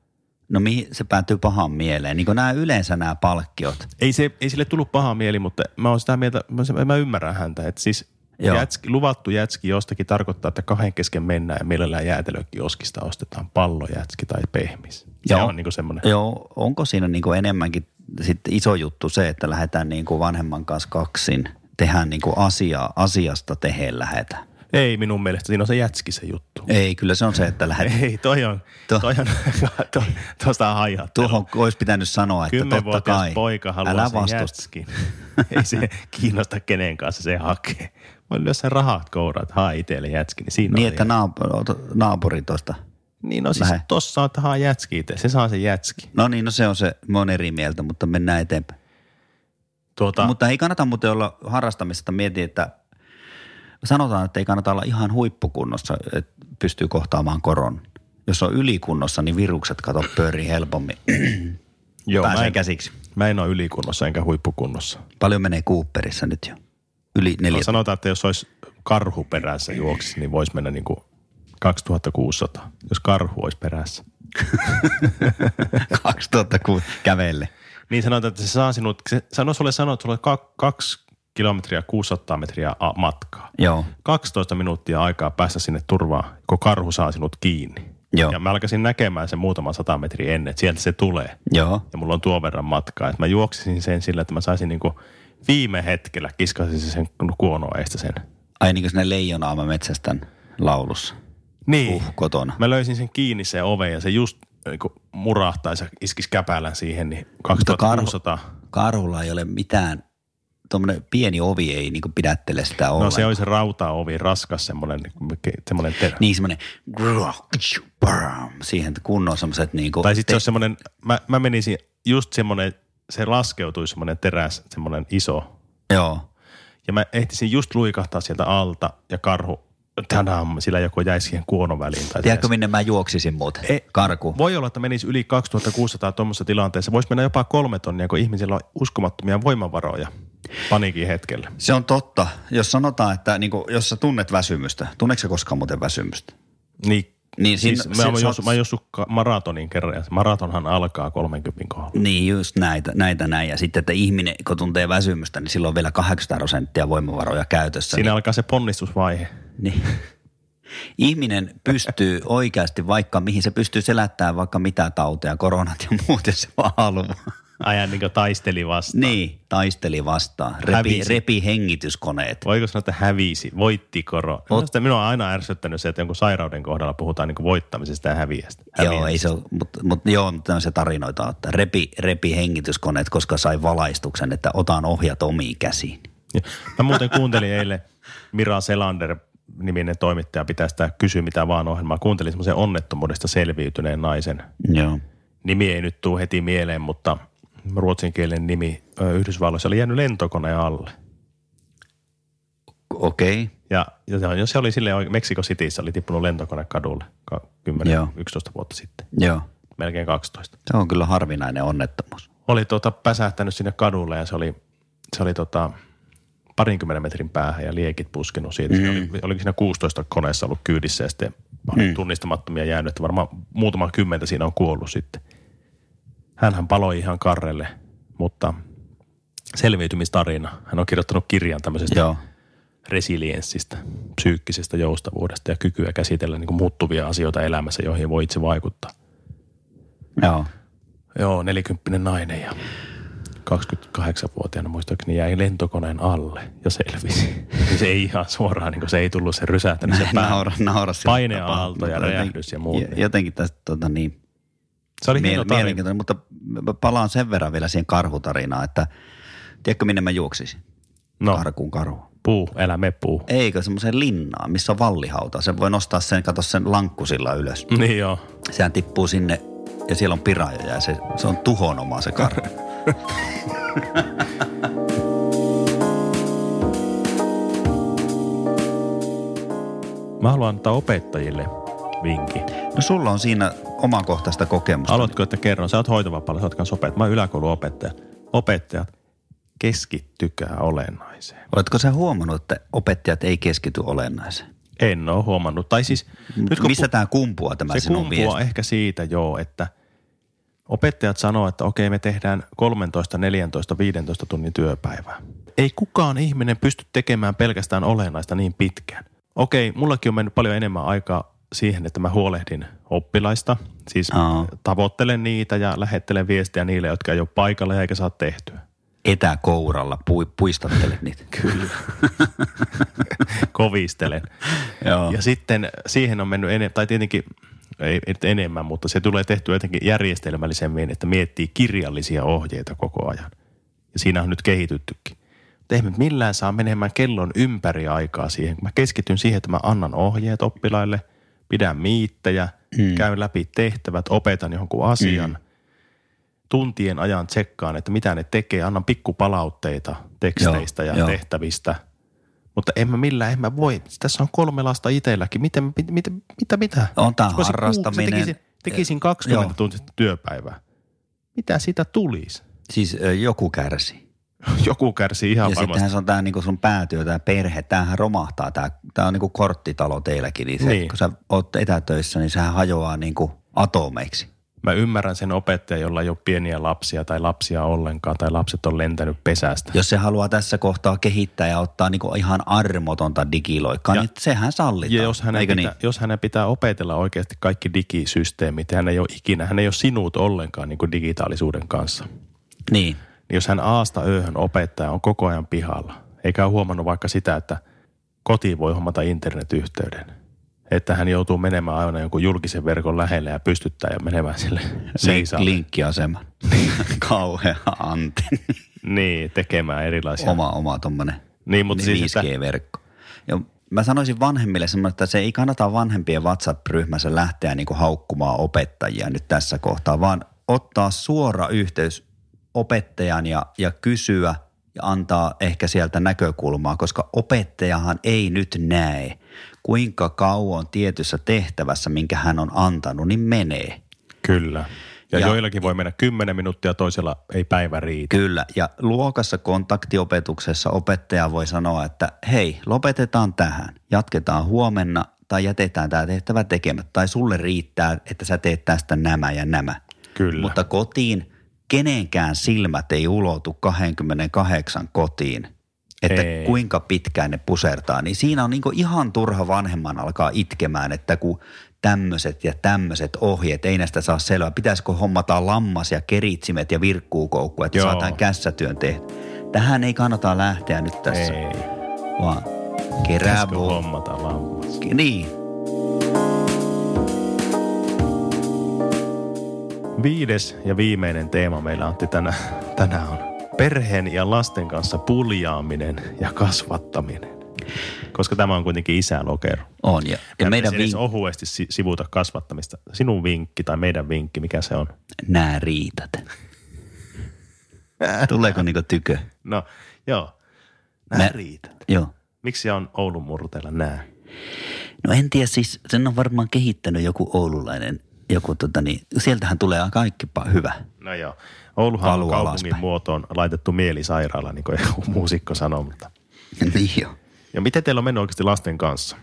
S2: No mihin se päätyy pahan mieleen? Niin kuin nämä yleensä nämä palkkiot.
S1: Ei, se, ei sille tullut paha mieli, mutta mä oon sitä mieltä, mä, se- mä ymmärrän häntä, että siis
S2: Joo.
S1: jätski, luvattu jätski jostakin tarkoittaa, että kahden kesken mennään ja mielellään jäätelökioskista ostetaan pallojätski tai pehmis. Se
S2: Joo.
S1: on niin semmoinen.
S2: Joo. Onko siinä niinku enemmänkin sitten iso juttu se, että lähdetään niinku vanhemman kanssa kaksin, tehdään niinku asiaa, asiasta teheen lähetä.
S1: Ei minun mielestä, siinä on se jätski se juttu.
S2: Ei, kyllä se on se, että lähdet.
S1: Ei, toi on,
S2: Tuo-
S1: toi on, to, tuosta on haihattelu.
S2: Tuohon olisi pitänyt sanoa, että totta
S1: Kymmenvuotias
S2: kai.
S1: poika haluaa
S2: älä
S1: sen
S2: vastusta.
S1: jätskin. Ei se kiinnosta kenen kanssa se hakee. Voi lyödä sen rahat kouraan, että hae itselle jätski, niin siinä
S2: Niin,
S1: on
S2: että
S1: se-
S2: naap- ota- naapuri tuosta.
S1: Niin no siis
S2: lähe.
S1: tossa on, että hae jätski itse, se saa sen jätski.
S2: No niin, no se on se, mä oon eri mieltä, mutta mennään eteenpäin.
S1: Tuota,
S2: Mutta ei kannata muuten olla harrastamista. Mieti, että sanotaan, että ei kannata olla ihan huippukunnossa, että pystyy kohtaamaan koron. Jos on ylikunnossa, niin virukset kato pöörii helpommin.
S1: No joo,
S2: Pääsee
S1: mä, en,
S2: käsiksi.
S1: mä en ole ylikunnossa enkä huippukunnossa.
S2: Paljon menee Cooperissa nyt jo. Yli neljä.
S1: No, sanotaan, että jos olisi karhu perässä juoksisi, niin voisi mennä niin kuin 2600, jos karhu olisi perässä.
S2: 2006 kävelle.
S1: Niin sanotaan, että se saa sinut, se sanoo sulle sanoo, että sulla on 2 kilometriä 600 metriä a- matkaa.
S2: Joo.
S1: 12 minuuttia aikaa päästä sinne turvaan, kun karhu saa sinut kiinni.
S2: Joo.
S1: Ja mä alkaisin näkemään sen muutaman sata metriä ennen, että sieltä se tulee.
S2: Joo.
S1: Ja mulla on tuon verran matkaa. Että mä juoksisin sen sillä, että mä saisin niinku viime hetkellä kiskasin sen kuonoeista sen.
S2: Ai niin kuin sinne leijonaa mä metsästän laulussa.
S1: Niin.
S2: Uh, kotona.
S1: Mä löysin sen kiinni se oven ja se just niin murahtaisi ja iskisi käpälän siihen, niin
S2: Mutta karhu-
S1: 2600.
S2: Karhulla ei ole mitään, tuommoinen pieni ovi ei niin kuin pidättele sitä
S1: No
S2: ollenkaan.
S1: se oli se rautaovi, raskas semmoinen, semmoinen terä. Niin.
S2: Niin semmoinen siihen kunnon semmoiset niinku.
S1: Tai sitten se on semmoinen, mä, mä menisin just semmoinen, se laskeutui semmoinen teräs, semmoinen iso.
S2: Joo.
S1: Ja mä ehtisin just luikahtaa sieltä alta ja karhu, tänään sillä joku jäisi siihen kuonon väliin. Tai
S2: Tiedätkö
S1: se-
S2: minne mä juoksisin muuten?
S1: Ei.
S2: Karku.
S1: voi olla, että menisi yli 2600 tuommoisessa tilanteessa. Voisi mennä jopa kolme tonnia, kun ihmisillä on uskomattomia voimavaroja paniikin hetkellä.
S2: Se on totta. Jos sanotaan, että niinku, jos sä tunnet väsymystä, tunneeko sä koskaan muuten väsymystä?
S1: Niin,
S2: Niin
S1: Siis
S2: siinä-
S1: mä,
S2: se-
S1: oon
S2: sä
S1: jos,
S2: oot-
S1: mä oon jossut ka- maratonin kerran ja se maratonhan alkaa 30 kohdalla.
S2: Niin just näitä, näitä näin. Ja sitten, että ihminen, kun tuntee väsymystä, niin silloin on vielä 80 prosenttia voimavaroja käytössä.
S1: Siinä alkaa se ponnistusvaihe.
S2: Niin. Ihminen pystyy oikeasti vaikka mihin, se pystyy selättämään vaikka mitä tauteja, koronat ja muut, jos se vaan haluaa.
S1: Ajan niin taisteli vastaan.
S2: Niin, taisteli vastaan, repi,
S1: Hävisi.
S2: repi hengityskoneet.
S1: Voiko sanoa, että hävisi, voitti koro? Minusta minua on aina ärsyttänyt se, että jonkun sairauden kohdalla puhutaan niin voittamisesta ja häviästä. Häviä.
S2: Joo, ei se ole, mutta, mutta joo, mutta on se tarinoita on, että repi, repi hengityskoneet, koska sai valaistuksen, että otan ohjat omiin käsiin.
S1: Ja Niin. Mä muuten kuuntelin eilen Mira Selander niminen toimittaja pitää sitä kysy mitä vaan ohjelmaa. Kuuntelin semmoisen onnettomuudesta selviytyneen naisen
S2: Joo.
S1: nimi ei nyt tule heti mieleen, mutta ruotsinkielinen nimi ö, Yhdysvalloissa oli jäänyt lentokoneen alle.
S2: Okei, okay.
S1: Ja, ja se, on- se oli silleen, oikein- Mexico Cityssä oli tippunut lentokone kadulle ka- 10,
S2: Joo.
S1: 11 vuotta sitten,
S2: joo.
S1: melkein 12.
S2: Se on kyllä harvinainen onnettomuus.
S1: Oli tota, päsähtänyt sinne kadulle ja se oli, se oli tota, parinkymmenen metrin päähän ja liekit puskenut siitä. Mm. Oli, oliko siinä 16 koneessa ollut kyydissä ja sitten oli tunnistamattomia jäänyt, että varmaan muutama kymmentä siinä on kuollut sitten. Hänhän paloi ihan karrelle, mutta selviytymistarina. Hän on kirjoittanut kirjan tämmöisestä
S2: Joo.
S1: resilienssistä, psyykkisestä joustavuudesta ja kykyä käsitellä niin kuin muuttuvia asioita elämässä, joihin voi itse vaikuttaa.
S2: Joo.
S1: Joo, nelikymppinen nainen ja 28-vuotiaana muistaakseni jäi lentokoneen alle ja selvisi. se ei ihan suoraan, niin kuin se ei tullut se rysähtänyt se pää.
S2: Naura, naura sillä
S1: Paineaalto
S2: tapaa,
S1: ja
S2: mutta
S1: räjähdys
S2: jotenkin-
S1: ja muut,
S2: jo-
S1: niin.
S2: Jotenkin tästä tota, niin,
S1: Se oli hieno
S2: miel-
S1: tarina.
S2: mielenkiintoinen, mutta mä palaan sen verran vielä siihen karhutarinaan, että tiedätkö minne mä juoksisin?
S1: No,
S2: Karkuun karhuun.
S1: puu, älä me puu.
S2: Eikö semmoiseen linnaan, missä on vallihauta. Sen voi nostaa sen, kato sen lankkusilla ylös.
S1: Niin joo.
S2: Sehän tippuu sinne ja siellä on pirajoja ja se, se on tuhonomaa se karhu.
S1: Mä haluan antaa opettajille vinkin.
S2: No sulla on siinä omakohtaista kokemusta.
S1: Haluatko, että kerron? Sä oot hoitovapaalla, sä oot kanssa opettaja. Mä oon yläkouluopettaja. Opettajat, keskittykää olennaiseen.
S2: Oletko sä huomannut, että opettajat ei keskity olennaiseen?
S1: En ole huomannut. Tai siis, nyt kun
S2: Mistä tämä kumpuaa tämä
S1: se
S2: sinun viesti?
S1: kumpuaa ehkä siitä joo, että opettajat sanoo, että okei me tehdään 13, 14, 15 tunnin työpäivää. Ei kukaan ihminen pysty tekemään pelkästään olennaista niin pitkään. Okei, mullakin on mennyt paljon enemmän aikaa siihen, että mä huolehdin oppilaista. Siis
S2: Aa.
S1: tavoittelen niitä ja lähettelen viestiä niille, jotka ei ole paikalla ja eikä saa tehtyä.
S2: etäkouralla pui, puistattelet niitä. Kyllä.
S1: kovistelen.
S2: Joo.
S1: Ja sitten siihen on mennyt enemmän, tai tietenkin ei ei nyt enemmän, mutta se tulee tehtyä jotenkin järjestelmällisemmin, että miettii kirjallisia ohjeita koko ajan. Ja siinä on nyt kehityttykin. Mutta eihän me millään saa menemään kellon ympäri aikaa siihen. Mä keskityn siihen, että mä annan ohjeet oppilaille, pidän miittejä, mm. käyn läpi tehtävät, opetan jonkun asian. Mm. Tuntien ajan tsekkaan, että mitä ne tekee, annan pikkupalautteita teksteistä
S2: Joo,
S1: ja
S2: joo.
S1: tehtävistä. Mutta en mä millään, en mä voi. Tässä on kolme lasta itselläkin. Miten, mit, mit, mitä, mitä?
S2: On tää
S1: Jos mä olisin
S2: harrastaminen.
S1: kuuk- Tekisin, tekisin 20
S2: Joo.
S1: tuntista työpäivää. Mitä siitä tulisi?
S2: Siis ö, joku kärsii.
S1: Joku kärsii ihan
S2: ja
S1: varmasti.
S2: sittenhän se on tämä niinku sun päätyö, tämä perhe, tämähän romahtaa, tämä, tämä on niinku korttitalo teilläkin, niin, se,
S1: Niin.
S2: niin kun sä oot etätöissä, niin sehän hajoaa niinku atomeiksi.
S1: Mä ymmärrän sen opettajan, jolla ei ole pieniä lapsia tai lapsia ollenkaan tai lapset on lentänyt pesästä.
S2: Jos se haluaa tässä kohtaa kehittää ja ottaa niinku ihan armotonta digiloikkaa,
S1: Ja-
S2: niin sehän sallitaan.
S1: Ja jos hänen,
S2: Eikö
S1: pitää, niin? jos hänen pitää opetella oikeasti kaikki digisysteemit, hän ei ole ikinä, hän ei ole sinut ollenkaan niin kuin digitaalisuuden kanssa.
S2: Niin.
S1: Niin jos hän aasta ööhön opettaja on koko ajan pihalla, eikä ole huomannut vaikka sitä, että kotiin voi hommata internetyhteyden. Että hän joutuu menemään aina jonkun julkisen verkon lähelle ja pystyttää ja menemään sille
S2: Link,
S1: seisalle.
S2: linkkiasema. Kauhea antenni.
S1: Niin, tekemään erilaisia.
S2: Oma, oma tommonen
S1: Niin, mutta
S2: niin
S1: siis, että,
S2: 5G-verkko. Ja mä sanoisin vanhemmille semmoinen, että se ei kannata vanhempien WhatsApp-ryhmässä lähteä niinku haukkumaan opettajia nyt tässä kohtaa, vaan ottaa suora yhteys opettajan ja, ja kysyä ja antaa ehkä sieltä näkökulmaa, koska opettajahan ei nyt näe, kuinka kauan tietyssä tehtävässä, minkä hän on antanut, niin menee.
S1: kyllä. Ja, ja
S2: Ja-
S1: joillakin voi mennä 10 minuuttia, toisella ei päivä riitä.
S2: Kyllä, ja luokassa kontaktiopetuksessa opettaja voi sanoa, että hei, lopetetaan tähän, jatketaan huomenna tai jätetään tämä tehtävä tekemättä tai sulle riittää, että sä teet tästä nämä ja nämä.
S1: Kyllä.
S2: Mutta kotiin kenenkään silmät ei ulotu 28 kotiin, että
S1: Ei.
S2: ei. kuinka pitkään ne pusertaa. Niin siinä on niinku ihan turha vanhemman alkaa itkemään, että kun tämmöiset ja tämmöiset ohjeet, ei näistä saa selvää. Pitäisikö hommata lammas ja keritsimet ja virkkuukoukku, että
S1: Joo.
S2: saadaan kässätyön tehty. Tähän ei kannata lähteä nyt tässä,
S1: Ei.
S2: vaan kerää
S1: Pitäisikö
S2: vo-
S1: hommata lammas?
S2: Niin,
S1: Viides ja viimeinen teema meillä Antti tänään, tänään on perheen ja lasten kanssa puljaaminen ja kasvattaminen. Koska tämä on kuitenkin isälokero.
S2: on. Ja, ja meidän
S1: vink...
S2: vink-
S1: ohuesti si- sivuta kasvattamista. Sinun vinkki tai meidän vinkki, mikä se on?
S2: nää riitat. Tuleeko niinku tykö?
S1: No, joo. Nää
S2: Mä-
S1: riitä.
S2: Joo.
S1: Miksi siellä on Oulun murteella nää?
S2: No en tiedä, siis sen on varmaan kehittänyt joku oululainen, joku tota niin, sieltähän tulee kaikki pa- hyvä.
S1: No joo. Ouluhan
S2: Paluu
S1: on kaupungin
S2: alaspäin.
S1: muotoon laitettu mielisairaala, niin kuin joku muusikko sanoo. Mutta.
S2: niin jo.
S1: Ja miten teillä on mennyt oikeasti lasten kanssa?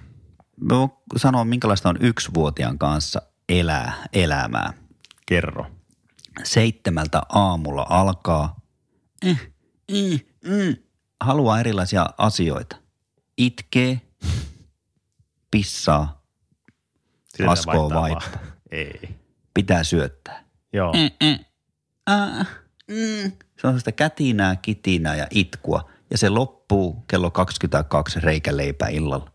S2: Mä voin sanoa, minkälaista on yksivuotiaan kanssa elää elämää.
S1: Kerro.
S2: Seitsemältä aamulla alkaa, eh, eh, eh, haluaa erilaisia asioita. Itkee, pissaa,
S1: Sitä
S2: Laskoo
S1: vaihtaa
S2: vaippa.
S1: vaan. Ei.
S2: pitää syöttää.
S1: Joo.
S2: Äh, mm. Se on sitä kätinää, kitinää ja itkua. Ja se loppuu kello 22 reikäleipä illalla.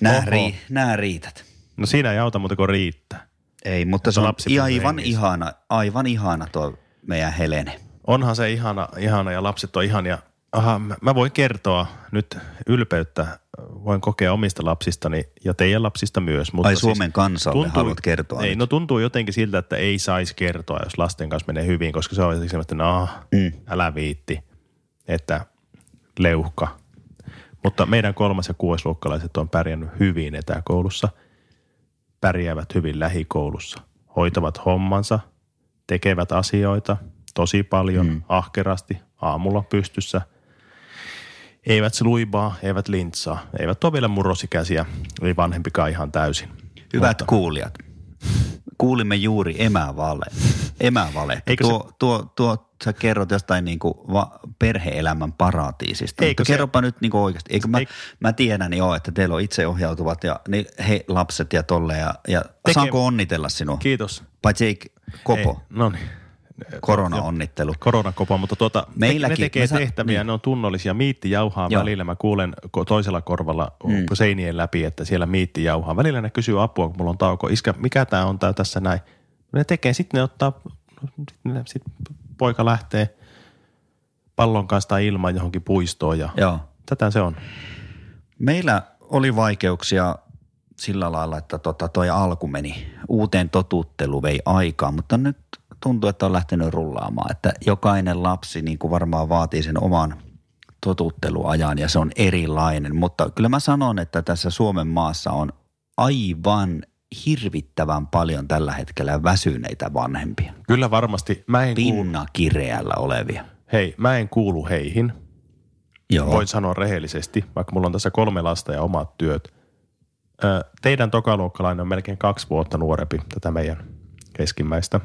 S2: Nää,
S1: Oho.
S2: ri, nää riität.
S1: No siinä ei auta muuta kuin riittää.
S2: Ei, mutta se on
S1: lapsi pysyy
S2: aivan
S1: hengissä.
S2: ihana, aivan ihana tuo meidän Helene.
S1: Onhan se ihana, ihana ja lapset on ihania. Aha, mä, mä voin kertoa nyt ylpeyttä, voin kokea omista lapsistani ja teidän lapsista myös. Mutta siis
S2: Ai Suomen kansalle haluat kertoa
S1: Ei,
S2: nyt?
S1: no tuntuu jotenkin siltä, että ei saisi kertoa, jos lasten kanssa menee hyvin, koska se on jotenkin semmoista, että no, mm. älä viitti, että leuhka. Mutta meidän kolmas ja kuudesluokkalaiset on pärjännyt hyvin etäkoulussa, pärjäävät hyvin lähikoulussa, hoitavat hommansa, tekevät asioita tosi paljon, mm. ahkerasti, aamulla pystyssä. Eivät luibaa, eivät lintsaa, eivät ole vielä murrosikäisiä, ei vanhempikaan ihan täysin.
S2: Hyvät kuulijat, kuulimme juuri emävale. Emävale.
S1: Eikö se-
S2: Tuo, tuo, tuo, sä kerrot jostain niinku va- perhe-elämän paratiisista.
S1: Eikö
S2: Eikö
S1: se-
S2: se... Kerropa nyt niinku oikeasti. Eikö mä,
S1: Eik-
S2: mä tiedän jo, että teillä on itseohjautuvat ja niin he lapset ja tolle. Ja, ja saanko onnitella sinua?
S1: Kiitos.
S2: Paitsi ei, Kopo.
S1: No niin.
S2: Korona-onnittelu.
S1: koronakopa, mutta tuota,
S2: Meilläkin-
S1: Meilläkin, ne tekee
S2: me
S1: me
S2: sa-
S1: tehtäviä,
S2: niin.
S1: ne on tunnollisia, miitti jauhaa
S2: Joo.
S1: Joo. välillä, mä kuulen ko- toisella korvalla mm. seinien läpi, että siellä miitti jauhaa. Välillä ne kysyy apua, kun mulla on tauko, iskä, mikä tämä on tää tässä näin. Ne tekee, sitten ne ottaa, ne- sit poika lähtee pallon kanssa tai ilman johonkin puistoon ja
S2: Joo.
S1: tätä se on.
S2: Meillä oli vaikeuksia sillä lailla, että tota toi alku meni. Uuteen totuuttelu vei aikaa, mutta nyt tuntuu, että on lähtenyt rullaamaan. Että jokainen lapsi niin kuin varmaan vaatii sen oman totuutteluajan ja se on erilainen. Mutta kyllä mä sanon, että tässä Suomen maassa on aivan hirvittävän paljon tällä hetkellä väsyneitä vanhempia.
S1: Kyllä varmasti, mä en, kuulu,
S2: Pinnakireällä olevia.
S1: hei, mä en kuulu heihin,
S2: Joo.
S1: voin sanoa rehellisesti, vaikka mulla on tässä kolme lasta ja omat työt. Ö, teidän tokaluokkalainen on melkein kaksi vuotta nuorempi tätä meidän keskimmäistä,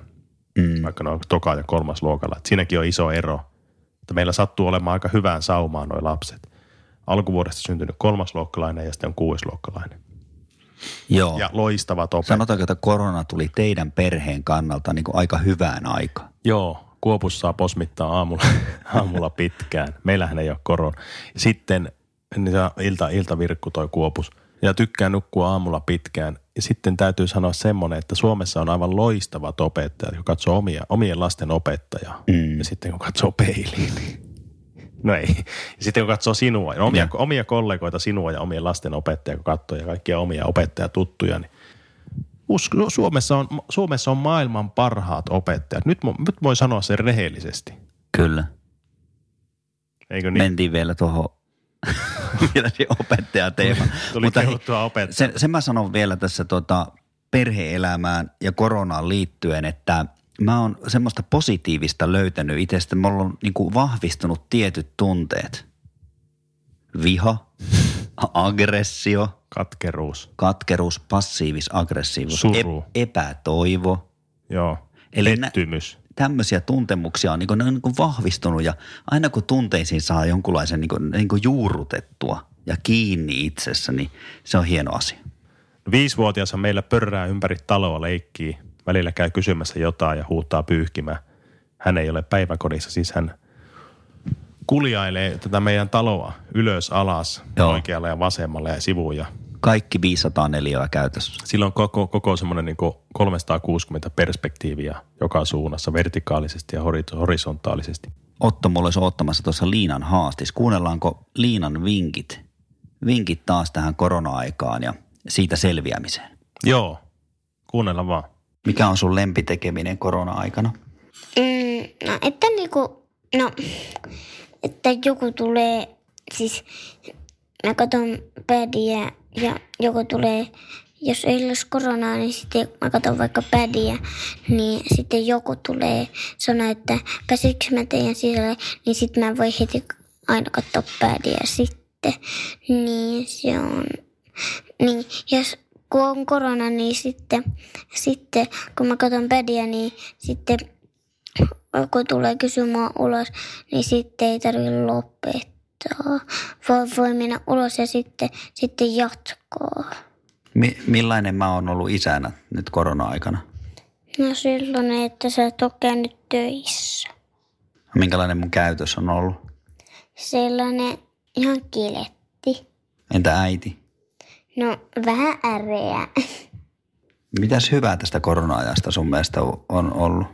S2: Mm.
S1: vaikka ne on toka- ja kolmas luokalla. Et siinäkin on iso ero, että meillä sattuu olemaan aika hyvään saumaan nuo lapset. Alkuvuodesta syntynyt kolmasluokkalainen ja sitten on kuudesluokkalainen.
S2: Joo.
S1: Ja loistavat opettajat.
S2: Sanotaanko, että korona tuli teidän perheen kannalta niin kuin aika hyvään aikaan?
S1: Joo, Kuopussa saa posmittaa aamulla, aamulla pitkään. Meillähän ei ole koron. Sitten niin se on ilta, iltavirkku toi Kuopus. Ja tykkään nukkua aamulla pitkään. Ja sitten täytyy sanoa semmoinen, että Suomessa on aivan loistavat opettajat, kun katsoo omia, omien lasten opettajaa. Mm. Ja sitten kun katsoo peiliin, niin... No ei. Ja sitten kun katsoo sinua, ja omia, omia kollegoita sinua ja omien lasten opettajia, kun katsoo ja kaikkia omia opettajatuttuja, niin Usko, no, Suomessa, on, Suomessa on maailman parhaat opettajat. Nyt, mo- nyt voi sanoa sen rehellisesti.
S2: Kyllä.
S1: Eikö
S2: Niin.
S1: niin?
S2: Mentiin vielä tuohon vielä siihen opettajateemaan.
S1: Tuli
S2: Mutta hei,
S1: kehuttua opettajaa.
S2: sen, sen mä sanon vielä tässä tota perheelämään ja koronaan liittyen, että mä oon semmoista positiivista löytänyt itsestä. Mulla on niin kuin vahvistunut tietyt tunteet. Viha, aggressio,
S1: Katkeruus.
S2: katkeruus, passiivis-aggressiivisuus,
S1: Suru.
S2: epätoivo –
S1: Joo.
S2: Eli
S1: Eli
S2: nä-
S1: Pettymys.
S2: tämmöisiä tuntemuksia on, niin ne on niin vahvistunut ja aina kun tunteisiin saa jonkunlaisen niin kuin, niin kuin juurrutettua ja kiinni itsessä, niin se on hieno asia.
S1: Viisivuotias on meillä pörrää ympäri taloa leikkii. Välillä käy kysymässä jotain ja huutaa pyyhkimään. Hän ei ole päiväkodissa, siis hän kuljailee tätä meidän taloa ylös, alas,
S2: Joo.
S1: Joo. oikealle ja vasemmalle ja sivuun. Ja
S2: Kaikki 504 käytössä.
S1: Sillä on koko, koko semmoinen niin 360 perspektiiviä joka suunnassa, vertikaalisesti ja hori- horisontaalisesti.
S2: Otto mulla olisi ottamassa tuossa Liinan haastis. Kuunnellaanko Liinan vinkit? Vinkit taas tähän korona-aikaan ja siitä selviämiseen.
S1: Joo, kuunnella vaan.
S2: Mikä on sun lempitekeminen korona-aikana?
S3: Mm, no, että niinku, no, että joku tulee, siis mä katon pädiä ja joku tulee, jos ei olisi koronaa, niin sitten mä katon vaikka pädiä, niin sitten joku tulee sanoa, että pääsitkö mä teidän sisälle, niin sitten mä en voi heti aina katsoa pädiä sitten. Niin se on, niin jos kun on korona, niin sitten, sitten kun mä katson pädiä, niin sitten Äh, kun tulee kysymään ulos, niin sitten ei tarvitse lopettaa. Voi, voi mennä ulos ja sitten, sitten jatkaa.
S2: Mi- millainen mä oon ollut isänä nyt korona-aikana?
S3: No silloin, että sä et ole käynyt töissä.
S2: Minkälainen mun käytös on ollut?
S3: Sellainen ihan kiletti.
S2: Entä äiti?
S3: No vähän äreä.
S2: Mitäs hyvää tästä korona-ajasta sun mielestä o- on ollut?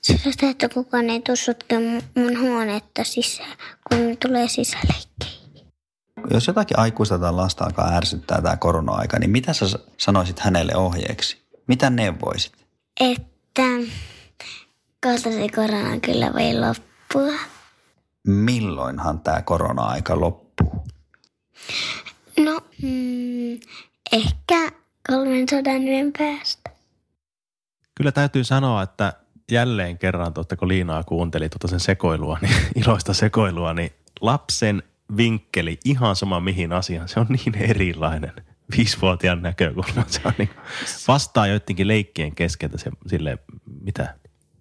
S3: Sellaista, että kukaan ei tuu sotkemaan mun huonetta sisään, kun tulee sisäleikkejä.
S2: Jos jotakin aikuista tai lasta alkaa ärsyttää tämä korona-aika, niin mitä sä s- sanoisit hänelle ohjeeksi? Mitä neuvoisit?
S3: Että kohta se korona kyllä voi loppua.
S2: Milloinhan tämä korona-aika loppuu?
S3: No, mm, ehkä 300 yön päästä.
S1: Kyllä täytyy sanoa, että jälleen kerran, tuotta, kun Liinaa kuunteli tuota sen sekoilua, niin iloista sekoilua, niin lapsen vinkkeli ihan sama mihin asiaan, se on niin erilainen. Viisivuotiaan näkökulma, se on niin, vastaa joidenkin leikkien keskeltä se, sille, mitä,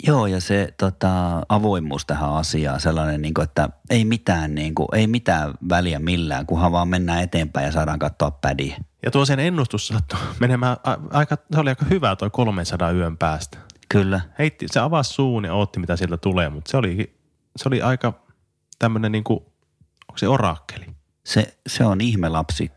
S2: Joo, ja se tota, avoimuus tähän asiaan, sellainen, niin kuin, että ei mitään, niin kuin, ei mitään väliä millään, kunhan vaan mennään eteenpäin ja saadaan katsoa pädiä.
S1: Ja tuo sen ennustus sattui menemään a- aika, se oli aika hyvä toi 300 yön päästä.
S2: Kyllä.
S1: Heitti, se avasi suun ja ootti, mitä sieltä tulee, mutta se oli, se oli aika tämmöinen niin kuin, onko se orakkeli?
S2: Se, se on ihmelapsi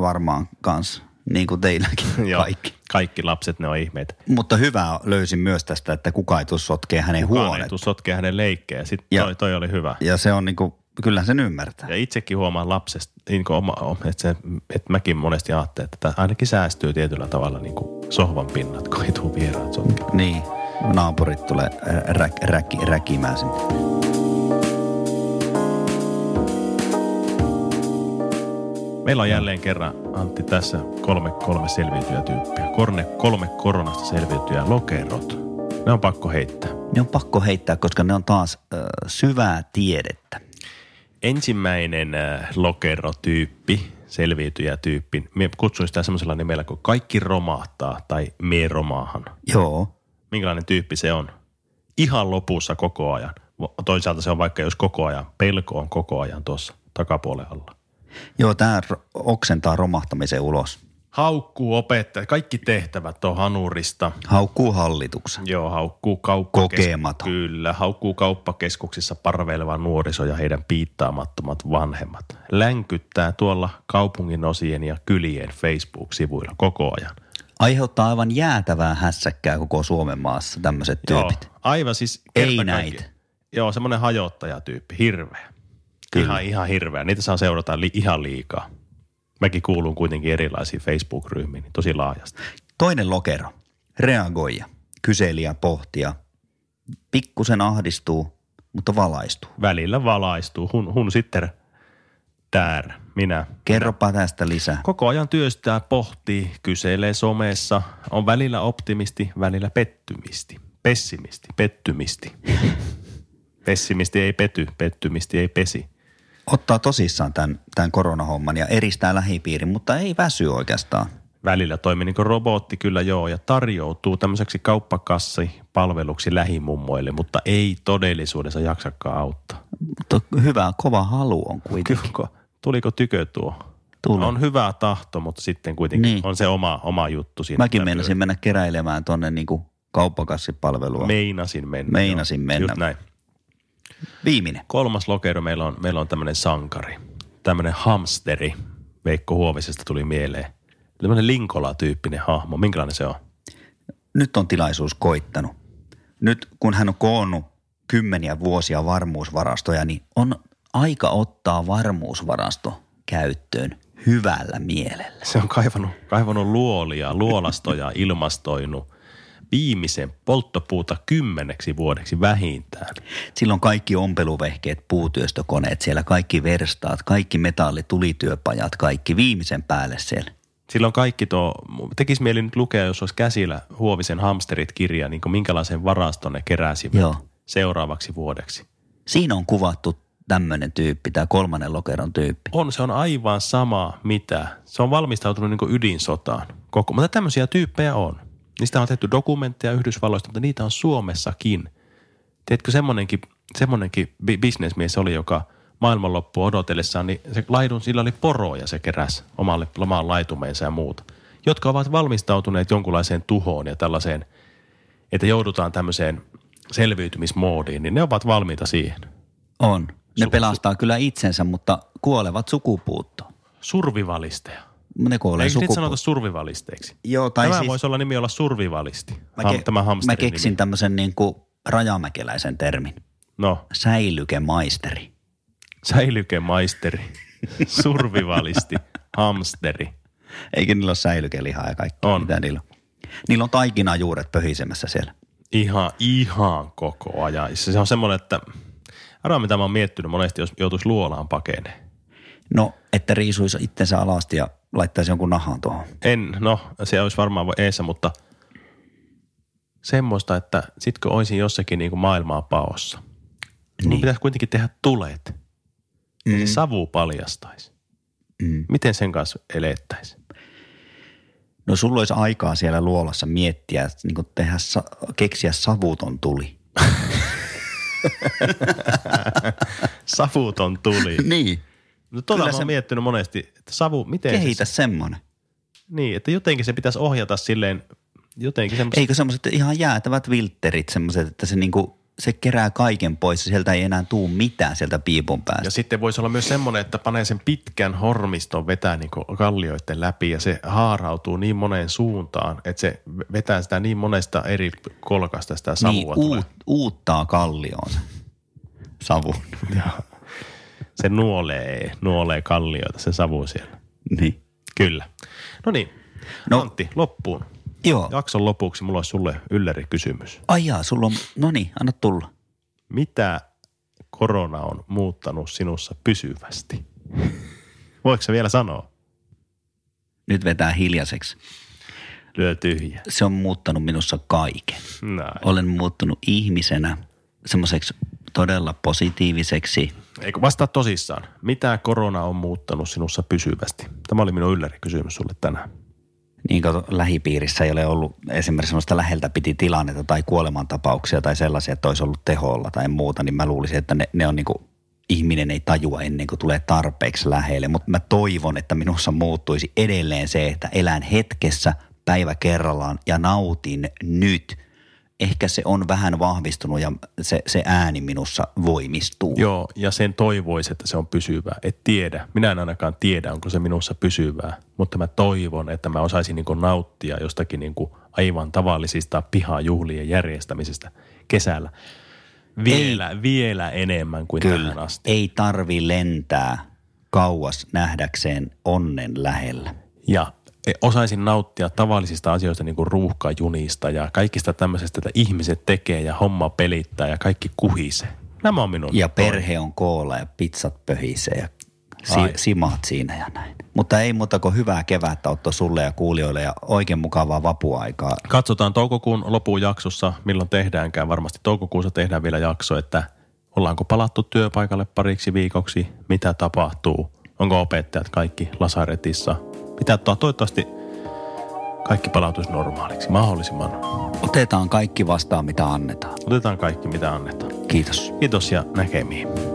S2: varmaan kanssa, niin kuin teilläkin
S1: Joo.
S2: kaikki.
S1: Kaikki lapset, ne on ihmeitä.
S2: Mutta hyvää löysin myös tästä, että kuka ei tuu sotkee hänen
S1: Kukaan ei
S2: huoneen.
S1: tuu sotkea hänen leikkejä. Sitten
S2: Ja-
S1: toi, toi oli hyvä.
S2: Ja se on niin kuin, kyllähän sen ymmärtää.
S1: Ja itsekin huomaan lapsesta, niin kuin oma, että, se, että mäkin monesti ajattelen, että tää ainakin säästyy tietyllä tavalla niin kuin sohvan pinnat, kun ei tuu vieraat sotkeen.
S2: Niin, naapurit tulee ä, räk, räk, räkimään sinne.
S1: Meillä on jälleen kerran, Antti, tässä kolme kolme selviytyjä tyyppiä. Korne kolme koronasta selviytyjä lokerot. Ne on pakko heittää.
S2: Ne on pakko heittää, koska ne on taas ö, syvää tiedettä.
S1: Ensimmäinen äh, lokerotyyppi, selviytyjätyyppi, me kutsuin sitä semmoisella nimellä kuin kaikki romahtaa tai me romaahan.
S2: Joo,
S1: Minkälainen tyyppi se on? Ihan lopussa koko ajan. Vo- Toisaalta se on vaikka jos koko ajan, pelko on koko ajan tuossa takapuolen alla.
S2: joo tämä oksentaa romahtamisen ulos.
S1: Haukkuu opettaja, kaikki tehtävät on hanurista –
S2: Haukkuu hallituksen.
S1: Joo, haukkuu kauppakeskuksissa.
S2: Kokematon.
S1: Kyllä, haukkuu kauppakeskuksissa parveileva nuoriso ja heidän piittaamattomat vanhemmat. Länkyttää tuolla kaupungin osien ja kylien Facebook-sivuilla koko ajan.
S2: Aiheuttaa aivan jäätävää hässäkkää koko Suomen maassa tämmöiset tyypit.
S1: Joo, aivan siis
S2: Ei
S1: kerta
S2: näitä.
S1: kaikki- Joo, semmoinen hajottajatyyppi, hirveä.
S2: Kyllä.
S1: Kyllä. Ihan, ihan hirveä. Niitä saa seurata li- ihan liikaa. Mäkin kuulun kuitenkin erilaisiin Facebook-ryhmiin niin tosi laajasti.
S2: Toinen lokero, reagoija, kyselijä, pohtia, pikkusen ahdistuu, mutta valaistuu.
S1: Välillä valaistuu. Hun, hun sitten tär, minä,
S2: Kerropa tästä lisää.
S1: Koko ajan työstää, pohtii, kyselee somessa, on välillä optimisti, välillä pettymisti. Pessimisti, pettymisti. Pessimisti ei pety, pettymisti ei pesi.
S2: Ottaa tosissaan tämän, tämän koronahomman ja eristää lähipiirin, mutta ei väsy oikeastaan.
S1: Välillä toimii niin kuin robotti kyllä joo ja tarjoutuu tämmöiseksi kauppakassi palveluksi lähimummoille, mutta ei todellisuudessa jaksakaan auttaa.
S2: Mutta hyvä, kova halu on kuitenkin.
S1: Tuliko, tuliko tykö tuo?
S2: Tuli.
S1: On hyvä tahto, mutta sitten kuitenkin
S2: Niin.
S1: niin. on se oma, oma juttu siinä.
S2: Mäkin meinasin mennä keräilemään tuonne niinku kauppakassipalvelua. Me...
S1: Meinasin mennä.
S2: Meinasin
S1: joo.
S2: mennä.
S1: Just näin.
S2: Viimeinen.
S1: Kolmas lokero meillä on, meillä on tämmöinen sankari, tämmöinen hamsteri. Veikko Huovisesta tuli mieleen. Tämmöinen Linkola-tyyppinen hahmo. Minkälainen se on?
S2: Nyt on tilaisuus koittanut. Nyt kun hän on koonnut kymmeniä vuosia varmuusvarastoja, niin on aika ottaa varmuusvarasto käyttöön hyvällä mielellä.
S1: Se on kaivannut, kaivannut luolia, luolastoja, ilmastoinut viimeisen polttopuuta kymmeneksi vuodeksi vähintään.
S2: Silloin kaikki ompeluvehkeet, puutyöstökoneet siellä, kaikki verstaat, kaikki metallitulityöpajat, kaikki viimeisen päälle siellä.
S1: Silloin kaikki tuo, tekisi mieli nyt lukea, jos olisi käsillä Huovisen hamsterit-kirja, niin kuin minkälaisen varaston ne keräsivät
S2: Joo.
S1: seuraavaksi vuodeksi.
S2: Siinä on kuvattu tämmöinen tyyppi, tämä kolmannen lokeron tyyppi.
S1: On, se on aivan sama mitä. Se on valmistautunut niin kuin ydinsotaan. Koko, mutta tämmöisiä tyyppejä on. Niistä on tehty dokumentteja Yhdysvalloista, mutta niitä on Suomessakin. Tiedätkö, semmonenkin, semmonenkin bi- bisnesmies oli, joka maailmanloppu odotellessaan, niin se laidun, sillä oli poroja se keräs omalle, omaan laitumeensa ja muuta, jotka ovat valmistautuneet jonkunlaiseen tuhoon ja tällaiseen, että joudutaan tämmöiseen selviytymismoodiin, niin ne ovat valmiita siihen.
S2: On. Ne pelastaa kyllä itsensä, mutta kuolevat sukupuuttoon.
S1: Survivalisteja.
S2: Ne kuolee
S1: Eikö niitä sanota
S2: sukupuuttoon.
S1: survivalisteiksi?
S2: Joo, tai
S1: Tämä
S2: siis
S1: siis, voisi olla nimi olla survivalisti.
S2: mä,
S1: Ham, tämä
S2: mä
S1: hamsterin
S2: keksin
S1: Nimi.
S2: tämmöisen niin kuin rajamäkeläisen termin.
S1: No,
S2: Säilykemaisteri.
S1: säilykemaisteri, survivalisti, hamsteri.
S2: Eikä niillä ole säilykelihaa ja kaikkea,
S1: On.
S2: mitä niillä on. Niillä on taikinajuuret pöhisemässä siellä.
S1: Ihan, ihan koko ajan. Se se on semmoinen, että arvaa mitä mä oon miettinyt monesti, jos joutuisi luolaan pakeneen.
S2: No, että riisuisi itsensä alasti ja laittaisi jonkun nahan tuohon.
S1: En, no se olisi varmaan voi eessä, mutta semmoista, että sit kun olisin jossakin niin kuin maailmaa paossa, niin. niin pitäisi kuitenkin tehdä tulet. Mm. Ja se savu paljastaisi.
S2: Siis, Mm.
S1: Miten sen kanssa elettäisiin?
S2: No sulla olisi aikaa siellä luolassa miettiä, että niin tehdä, sa- keksiä savuton tuli.
S1: Savuton tuli.
S2: Niin.
S1: No todella
S2: Kyllä
S1: mä oon
S2: se-
S1: miettinyt monesti, että savu, miten
S2: Kehitä
S1: Se,
S2: semmoinen.
S1: niin, että jotenkin se pitäisi ohjata silleen Jotenkin semmoista.
S2: Eikö semmoiset ihan jäätävät viltterit semmoiset, että se niinku, se kerää kaiken pois ja sieltä ei enää tuu mitään sieltä piipun päästä.
S1: Ja sitten voisi olla myös semmoinen, että panee sen pitkän hormiston vetää niin kuin kallioiden läpi ja se haarautuu niin moneen suuntaan, että se vetää sitä niin monesta eri kolkasta sitä savua.
S2: niin
S1: tulee.
S2: uut, uuttaa kallioon se savu.
S1: Se nuolee, nuolee kallioita se savu siellä.
S2: niin.
S1: Kyllä. No niin, no.
S2: No.
S1: Antti, loppuun.
S2: Joo.
S1: Jakson lopuksi mulla olisi sulle ylläri kysymys.
S2: Ai jaa, sulla on, no niin, anna tulla.
S1: Mitä korona on muuttanut sinussa pysyvästi? Voiko se vielä sanoa?
S2: Nyt vetää hiljaiseksi.
S1: Lyö tyhjä.
S2: Se on muuttanut minussa kaiken.
S1: Näin.
S2: Olen muuttunut ihmisenä semmoiseksi todella positiiviseksi.
S1: Eikö vastaa tosissaan. Mitä korona on muuttanut sinussa pysyvästi? Tämä oli minun ylläri kysymys sulle tänään.
S2: Niin kato, lähipiirissä ei ole ollut esimerkiksi semmoista läheltä piti tilannetta tai kuolemantapauksia tai sellaisia, että olisi ollut teholla tai muuta, niin mä luulisin, että ne, ne on niinku, ihminen ei tajua ennen kuin tulee tarpeeksi lähelle. Mutta mä toivon, että minussa muuttuisi edelleen se, että elän hetkessä päivä kerrallaan ja nautin nyt. Ehkä se on vähän vahvistunut ja se, se ääni minussa voimistuu.
S1: Joo, ja sen toivoisi, että se on pysyvää. Et tiedä. Minä en ainakaan tiedä, onko se minussa pysyvää. Mutta mä toivon, että mä osaisin niin nauttia jostakin niin aivan tavallisista pihajuhlien järjestämisestä kesällä. Vielä, Ei. vielä enemmän kuin Kyllä. tähän asti.
S2: Ei tarvi lentää kauas nähdäkseen onnen lähellä.
S1: Ja osaisin nauttia tavallisista asioista, niin kuin ruuhkajunista ja kaikista tämmöisestä, että ihmiset tekee ja homma pelittää ja kaikki kuhisee. Nämä on minun.
S2: Ja perhe on koolla ja pizzat pöhisee ja si-
S1: Ai.
S2: simaat siinä ja näin. Mutta ei muuta kuin hyvää kevättä Otto sulle ja kuulijoille ja oikein mukavaa vapuaikaa.
S1: Katsotaan toukokuun lopun jaksossa, milloin tehdäänkään. Varmasti toukokuussa tehdään vielä jakso, että ollaanko palattu työpaikalle pariksi viikoksi, mitä tapahtuu, onko opettajat kaikki lasaretissa. Mitä to- toivottavasti kaikki palautuisi normaaliksi mahdollisimman.
S2: Otetaan kaikki vastaan, mitä annetaan.
S1: Otetaan kaikki, mitä annetaan.
S2: Kiitos.
S1: Kiitos ja näkemiin.